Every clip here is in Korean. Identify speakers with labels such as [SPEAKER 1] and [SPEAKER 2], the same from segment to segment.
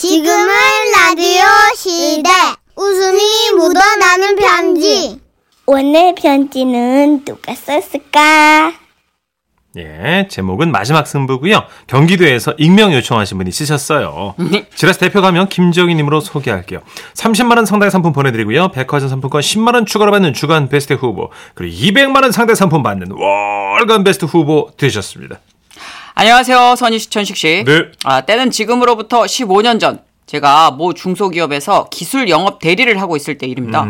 [SPEAKER 1] 지금은 라디오 시대. 웃음이 묻어나는 편지.
[SPEAKER 2] 오늘 편지는 누가 썼을까?
[SPEAKER 3] 예, 제목은 마지막 승부고요. 경기도에서 익명 요청하신 분이 쓰셨어요. 지라스 대표 가면 김지영이님으로 소개할게요. 30만 원 상당의 상품 보내드리고요. 백화점 상품권 10만 원 추가로 받는 주간 베스트 후보 그리고 200만 원 상당 상품 받는 월간 베스트 후보 되셨습니다.
[SPEAKER 4] 안녕하세요, 선희 씨, 천식 씨.
[SPEAKER 3] 네.
[SPEAKER 4] 아, 때는 지금으로부터 15년 전. 제가 모 중소기업에서 기술 영업 대리를 하고 있을 때 일입니다.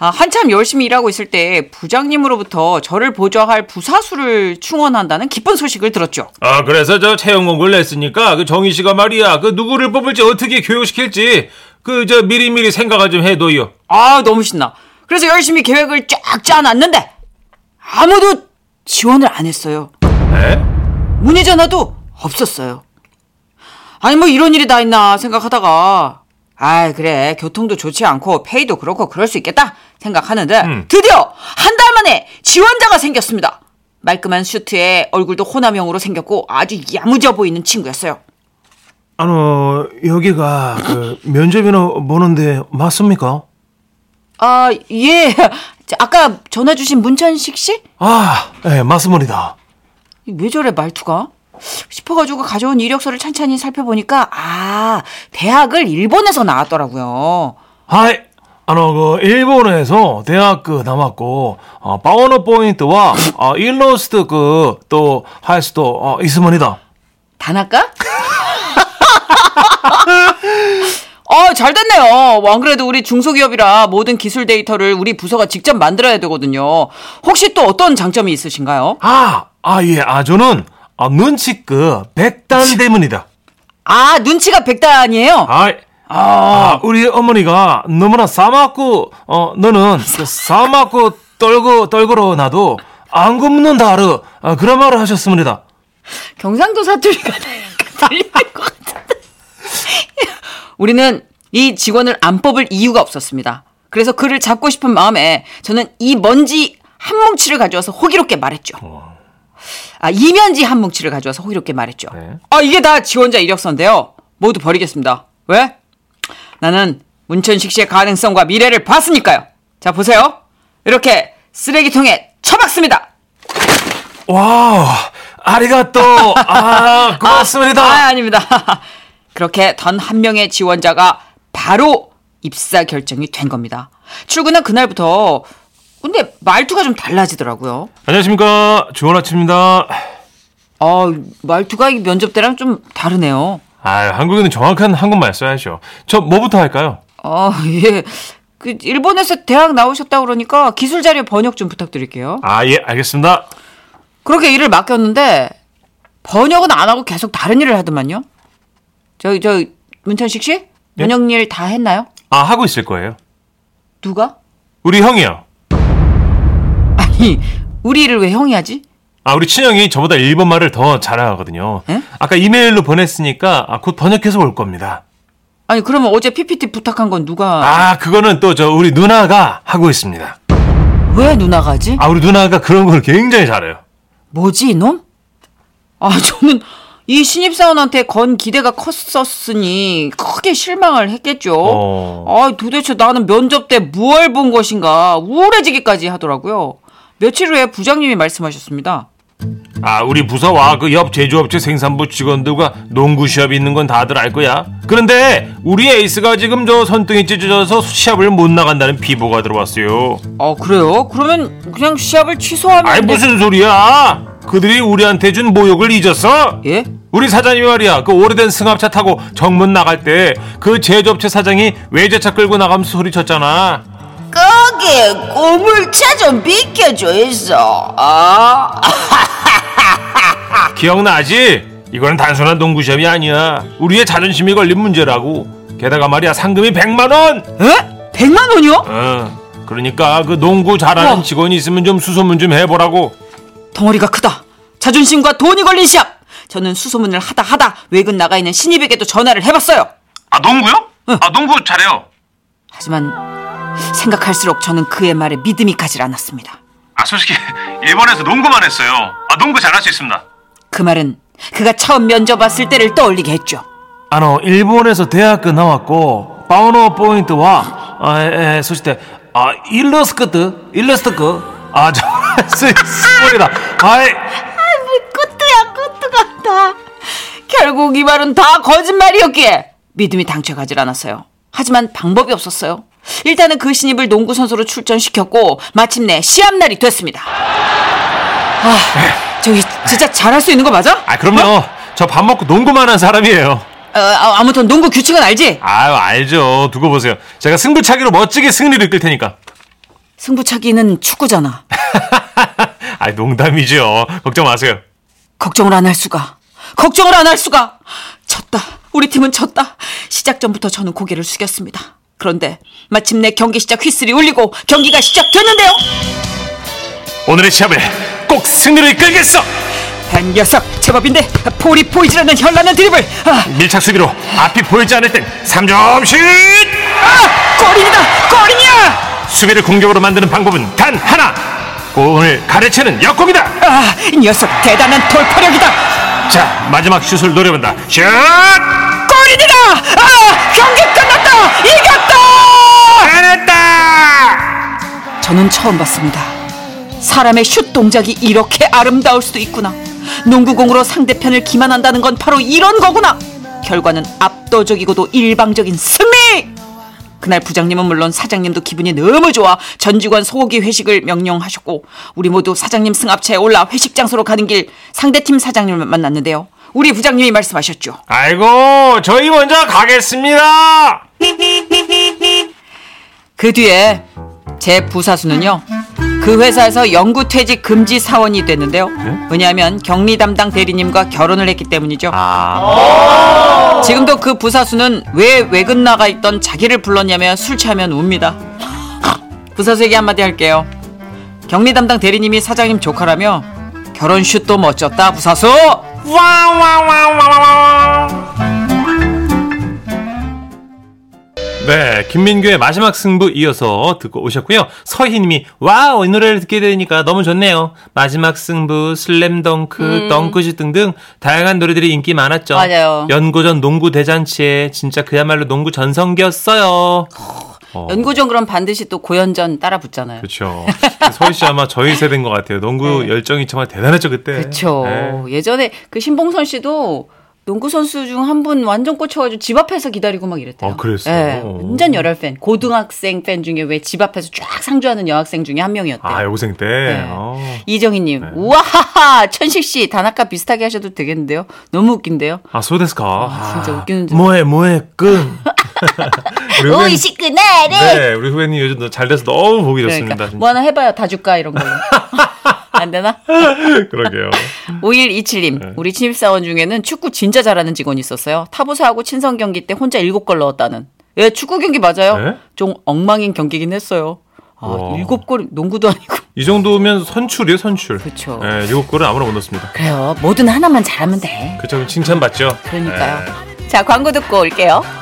[SPEAKER 4] 아, 한참 열심히 일하고 있을 때 부장님으로부터 저를 보좌할 부사수를 충원한다는 기쁜 소식을 들었죠.
[SPEAKER 3] 아 그래서 저 채용 공고를 냈으니까 그 정희 씨가 말이야 그 누구를 뽑을지 어떻게 교육시킬지 그 저 미리미리 생각을 좀 해둬요.
[SPEAKER 4] 아, 너무 신나. 그래서 열심히 계획을 쫙 짜놨는데 아무도 지원을 안 했어요.
[SPEAKER 3] 에?
[SPEAKER 4] 문의 전화도 없었어요. 아니 뭐 이런 일이 다 있나 생각하다가 아 그래 교통도 좋지 않고 페이도 그렇고 그럴 수 있겠다 생각하는데
[SPEAKER 3] 음.
[SPEAKER 4] 드디어 한 달 만에 지원자가 생겼습니다. 말끔한 슈트에 얼굴도 호남형으로 생겼고 아주 야무져 보이는 친구였어요.
[SPEAKER 3] 아노 뭐, 여기가 그 면접이나 보는데 맞습니까?
[SPEAKER 4] 아 예. 자, 아까 전화 주신 문천식 씨?
[SPEAKER 3] 아, 예, 맞습니다.
[SPEAKER 4] 왜 저래 말투가? 싶어가지고 가져온 이력서를 찬찬히 살펴보니까 아 대학을 일본에서 나왔더라고요.
[SPEAKER 3] 하이, 아노 그 일본에서 대학 그 남았고 어, 파워너 포인트와 어, 일러스트 그또 할 수도 어, 있습니다.
[SPEAKER 4] 다나까? 어, 잘 됐네요. 뭐안 그래도 우리 중소기업이라 모든 기술 데이터를 우리 부서가 직접 만들어야 되거든요. 혹시 또 어떤 장점이 있으신가요?
[SPEAKER 3] 아, 아 예, 아 저는 아, 눈치 그 백단 때문이다.
[SPEAKER 4] 아, 눈치가 백단이에요?
[SPEAKER 3] 아이. 아, 우리 어머니가 너무나 싸맞고, 어, 너는 그 싸맞고 떨고, 떨거로 나도 안 굽는다르, 아, 그런 말을 하셨습니다.
[SPEAKER 4] 경상도 사투리가 약간 들리는 것 같은데. 우리는 이 직원을 안 뽑을 이유가 없었습니다. 그래서 그를 잡고 싶은 마음에 저는 이 먼지 한 뭉치를 가져와서 호기롭게 말했죠. 아, 이면지 한 뭉치를 가져와서 호기롭게 말했죠.
[SPEAKER 3] 네.
[SPEAKER 4] 아, 이게 다 지원자 이력서인데요. 모두 버리겠습니다. 왜? 나는 문천식 씨의 가능성과 미래를 봤으니까요. 자, 보세요. 이렇게 쓰레기통에 처박습니다.
[SPEAKER 3] 와우, 아리가또, 아, 고맙습니다.
[SPEAKER 4] 아, 아닙니다. 그렇게 단 한 명의 지원자가 바로 입사 결정이 된 겁니다. 출근한 그날부터 근데 말투가 좀 달라지더라고요.
[SPEAKER 3] 안녕하십니까. 좋은 아침입니다.
[SPEAKER 4] 아, 말투가 이 면접 때랑 좀 다르네요.
[SPEAKER 3] 아, 한국에는 정확한 한국말 써야죠. 저 뭐부터 할까요?
[SPEAKER 4] 아, 예. 그 일본에서 대학 나오셨다 고 그러니까 기술 자료 번역 좀 부탁드릴게요.
[SPEAKER 3] 아, 예, 알겠습니다.
[SPEAKER 4] 그렇게 일을 맡겼는데 번역은 안 하고 계속 다른 일을 하더만요. 저기 저 문천식 씨? 번역 일 다 했나요?
[SPEAKER 3] 아, 하고 있을 거예요.
[SPEAKER 4] 누가?
[SPEAKER 3] 우리 형이요.
[SPEAKER 4] 아니, 우리 일을 왜 형이 하지?
[SPEAKER 3] 아, 우리 친형이 저보다 일본말을 더 잘하거든요.
[SPEAKER 4] 에?
[SPEAKER 3] 아까 이메일로 보냈으니까 아, 곧 번역해서 올 겁니다.
[SPEAKER 4] 아니 그러면 어제 PPT 부탁한 건 누가
[SPEAKER 3] 아, 그거는 또 저 우리 누나가 하고 있습니다.
[SPEAKER 4] 왜 누나가 하지?
[SPEAKER 3] 아, 우리 누나가 그런 걸 굉장히 잘해요.
[SPEAKER 4] 뭐지 이놈? 아 저는 이 신입사원한테 건 기대가 컸었으니 크게 실망을 했겠죠.
[SPEAKER 3] 어.
[SPEAKER 4] 아 도대체 나는 면접 때 뭘 본 것인가 우울해지기까지 하더라고요. 며칠 후에 부장님이 말씀하셨습니다.
[SPEAKER 3] 아, 우리 부서와 그 옆 제조업체 생산부 직원들과 농구 시합이 있는 건 다들 알 거야. 그런데 우리 에이스가 지금 저 손등이 찢어져서 시합을 못 나간다는 비보가 들어왔어요.
[SPEAKER 4] 아 그래요? 그러면 그냥 시합을 취소하면
[SPEAKER 3] 아이,
[SPEAKER 4] 돼-
[SPEAKER 3] 무슨 소리야? 그들이 우리한테 준 모욕을 잊었어?
[SPEAKER 4] 예?
[SPEAKER 3] 우리 사장님이 말이야 그 오래된 승합차 타고 정문 나갈 때 그 제조업체 사장이 외제차 끌고 나가면서 소리쳤잖아
[SPEAKER 5] 거기에 꼬물차 좀 비켜줘 있어. 어?
[SPEAKER 3] 기억나지? 이거는 단순한 농구 시합이 아니야 우리의 자존심이 걸린 문제라고 게다가 말이야 상금이 100만원
[SPEAKER 4] 에? 100만 원이요?
[SPEAKER 3] 어, 그러니까 그 농구 잘하는
[SPEAKER 4] 우와.
[SPEAKER 3] 직원이 있으면 좀 수소문 좀 해보라고
[SPEAKER 4] 덩어리가 크다. 자존심과 돈이 걸린 시합. 저는 수소문을 하다 하다 외근 나가 있는 신입에게도 전화를 해봤어요.
[SPEAKER 3] 아 농구요? 아 농구 잘해요
[SPEAKER 4] 하지만 생각할수록 저는 그의 말에 믿음이 가질 않았습니다.
[SPEAKER 3] 아 솔직히 일본에서 농구만 했어요 아 농구 잘할 수 있습니다
[SPEAKER 4] 그 말은 그가 처음 면접 왔을 때를 떠올리게 했죠.
[SPEAKER 3] あの、일본에서 대학교 나왔고, 파우노 포인트와, 아, 에, 에, そして, 아, 일러스트, 일러스트, 아, 저, 스몰이다. 아이,
[SPEAKER 4] 꾸뚜야 꾸뚜 뭐 같다. 결국 이 말은 다 거짓말이었기에 믿음이 당최 가질 않았어요. 하지만 방법이 없었어요. 일단은 그 신입을 농구 선수로 출전시켰고 마침내 시합 날이 됐습니다. 아, 저기 진짜 잘할 수 있는 거 맞아?
[SPEAKER 3] 아, 그럼요. 저 밥 먹고 농구만 한 사람이에요.
[SPEAKER 4] 어, 아, 아무튼 농구 규칙은 알지?
[SPEAKER 3] 아유, 알죠. 두고 보세요. 제가 승부차기로 멋지게 승리를 이끌 테니까.
[SPEAKER 4] 승부차기는 축구잖아.
[SPEAKER 3] 아, 농담이죠. 걱정 마세요.
[SPEAKER 4] 걱정을 안 할 수가. 걱정을 안 할 수가. 졌다. 우리 팀은 졌다. 시작 전부터 저는 고개를 숙였습니다. 그런데 마침내 경기 시작 휘슬이 울리고 경기가 시작됐는데요.
[SPEAKER 3] 오늘의 시합에 꼭 승리를 이끌겠어!
[SPEAKER 4] 한 녀석 제법인데 볼이 보이질 않는 현란한 드리블. 아,
[SPEAKER 3] 밀착 수비로 앞이 보이지 않을 땐 3점 슛!
[SPEAKER 4] 아, 골입니다. 골이야.
[SPEAKER 3] 수비를 공격으로 만드는 방법은 단 하나! 공을 가르치는 역공이다!
[SPEAKER 4] 아, 이 녀석 대단한 돌파력이다.
[SPEAKER 3] 자, 마지막 슛을 노려본다. 슛!
[SPEAKER 4] 골입니다. 아, 경기 끝났다. 이겼다.
[SPEAKER 3] 잘했다!
[SPEAKER 4] 저는 처음 봤습니다. 사람의 슛 동작이 이렇게 아름다울 수도 있구나. 농구공으로 상대편을 기만한다는 건 바로 이런 거구나. 결과는 압도적이고도 일방적인 승리. 그날 부장님은 물론 사장님도 기분이 너무 좋아 전 직원 소고기 회식을 명령하셨고 우리 모두 사장님 승합차에 올라 회식 장소로 가는 길 상대팀 사장님을 만났는데요. 우리 부장님이 말씀하셨죠.
[SPEAKER 3] 아이고, 저희 먼저 가겠습니다!
[SPEAKER 4] 그 뒤에 제 부사수는요. 그 회사에서 영구 퇴직 금지 사원이 됐는데요. 왜냐하면 격리 담당 대리님과 결혼을 했기 때문이죠. 지금도 그 부사수는 왜 외근 나가 있던 자기를 불렀냐며 술 취하면 웁니다. 부사수에게 한마디 할게요. 격리 담당 대리님이 사장님 조카라며 결혼 슛도 멋졌다 부사수.
[SPEAKER 3] 네, 김민규의 마지막 승부 이어서 듣고 오셨고요. 서희님이 와우 이 노래를 듣게 되니까 너무 좋네요. 마지막 승부, 슬램덩크, 덩크슛 등등 다양한 노래들이 인기 많았죠.
[SPEAKER 4] 음. 맞아요.
[SPEAKER 3] 연고전 농구 대잔치에 진짜 그야말로 농구 전성기였어요.
[SPEAKER 4] 연구전 그럼 반드시 또 고연전 따라 붙잖아요.
[SPEAKER 3] 그렇죠. 서희 씨 아마 저희 세대인 것 같아요. 농구 열정이 정말 대단했죠 그때.
[SPEAKER 4] 네. 그렇죠.
[SPEAKER 3] 네.
[SPEAKER 4] 예전에 그 신봉선 씨도 농구 선수 중 한 분 완전 꽂혀가지고 집 앞에서 기다리고 막 이랬대요.
[SPEAKER 3] 아, 그랬어요?
[SPEAKER 4] 예, 완전 열혈 팬, 고등학생 팬 중에 왜 집 앞에서 쫙 상주하는 여학생 중에 한 명이었대요.
[SPEAKER 3] 아 여고생 때.
[SPEAKER 4] 네.
[SPEAKER 3] 어.
[SPEAKER 4] 이정희님, 우와하하 천식 씨 단아까 비슷하게 하셔도 되겠는데요. 너무 웃긴데요.
[SPEAKER 3] 아 소데스카. 아,
[SPEAKER 4] 진짜 웃기는 줄.
[SPEAKER 3] 뭐해 뭐해 끈. 우리 후배님-
[SPEAKER 2] 시끄나래.
[SPEAKER 3] 네, 우리 후배님 요즘 너잘 돼서 너무 보기 좋습니다.
[SPEAKER 4] 그러니까 뭐 하나 해봐요. 다 줄까 이런 걸로. 안 되나? 뭐.
[SPEAKER 3] 그러게요.
[SPEAKER 4] 5127님,
[SPEAKER 3] 네.
[SPEAKER 4] 우리 신입사원 중에는 축구 진짜 잘하는 직원이 있었어요. 타부사하고 친선 경기 때 혼자 일곱 골 넣었다는. 예, 축구 경기 맞아요.
[SPEAKER 3] 네?
[SPEAKER 4] 좀 엉망인 경기긴 했어요. 아,
[SPEAKER 3] 와.
[SPEAKER 4] 일곱 골 농구도 아니고.
[SPEAKER 3] 이 정도면 선출이에요, 선출.
[SPEAKER 4] 그쵸.
[SPEAKER 3] 예, 일곱 골은 아무나 못 넣습니다.
[SPEAKER 4] 그래요. 뭐든 하나만 잘하면 돼.
[SPEAKER 3] 그쵸, 그럼 칭찬받죠. 네.
[SPEAKER 4] 그러니까요. 자, 광고 듣고 올게요.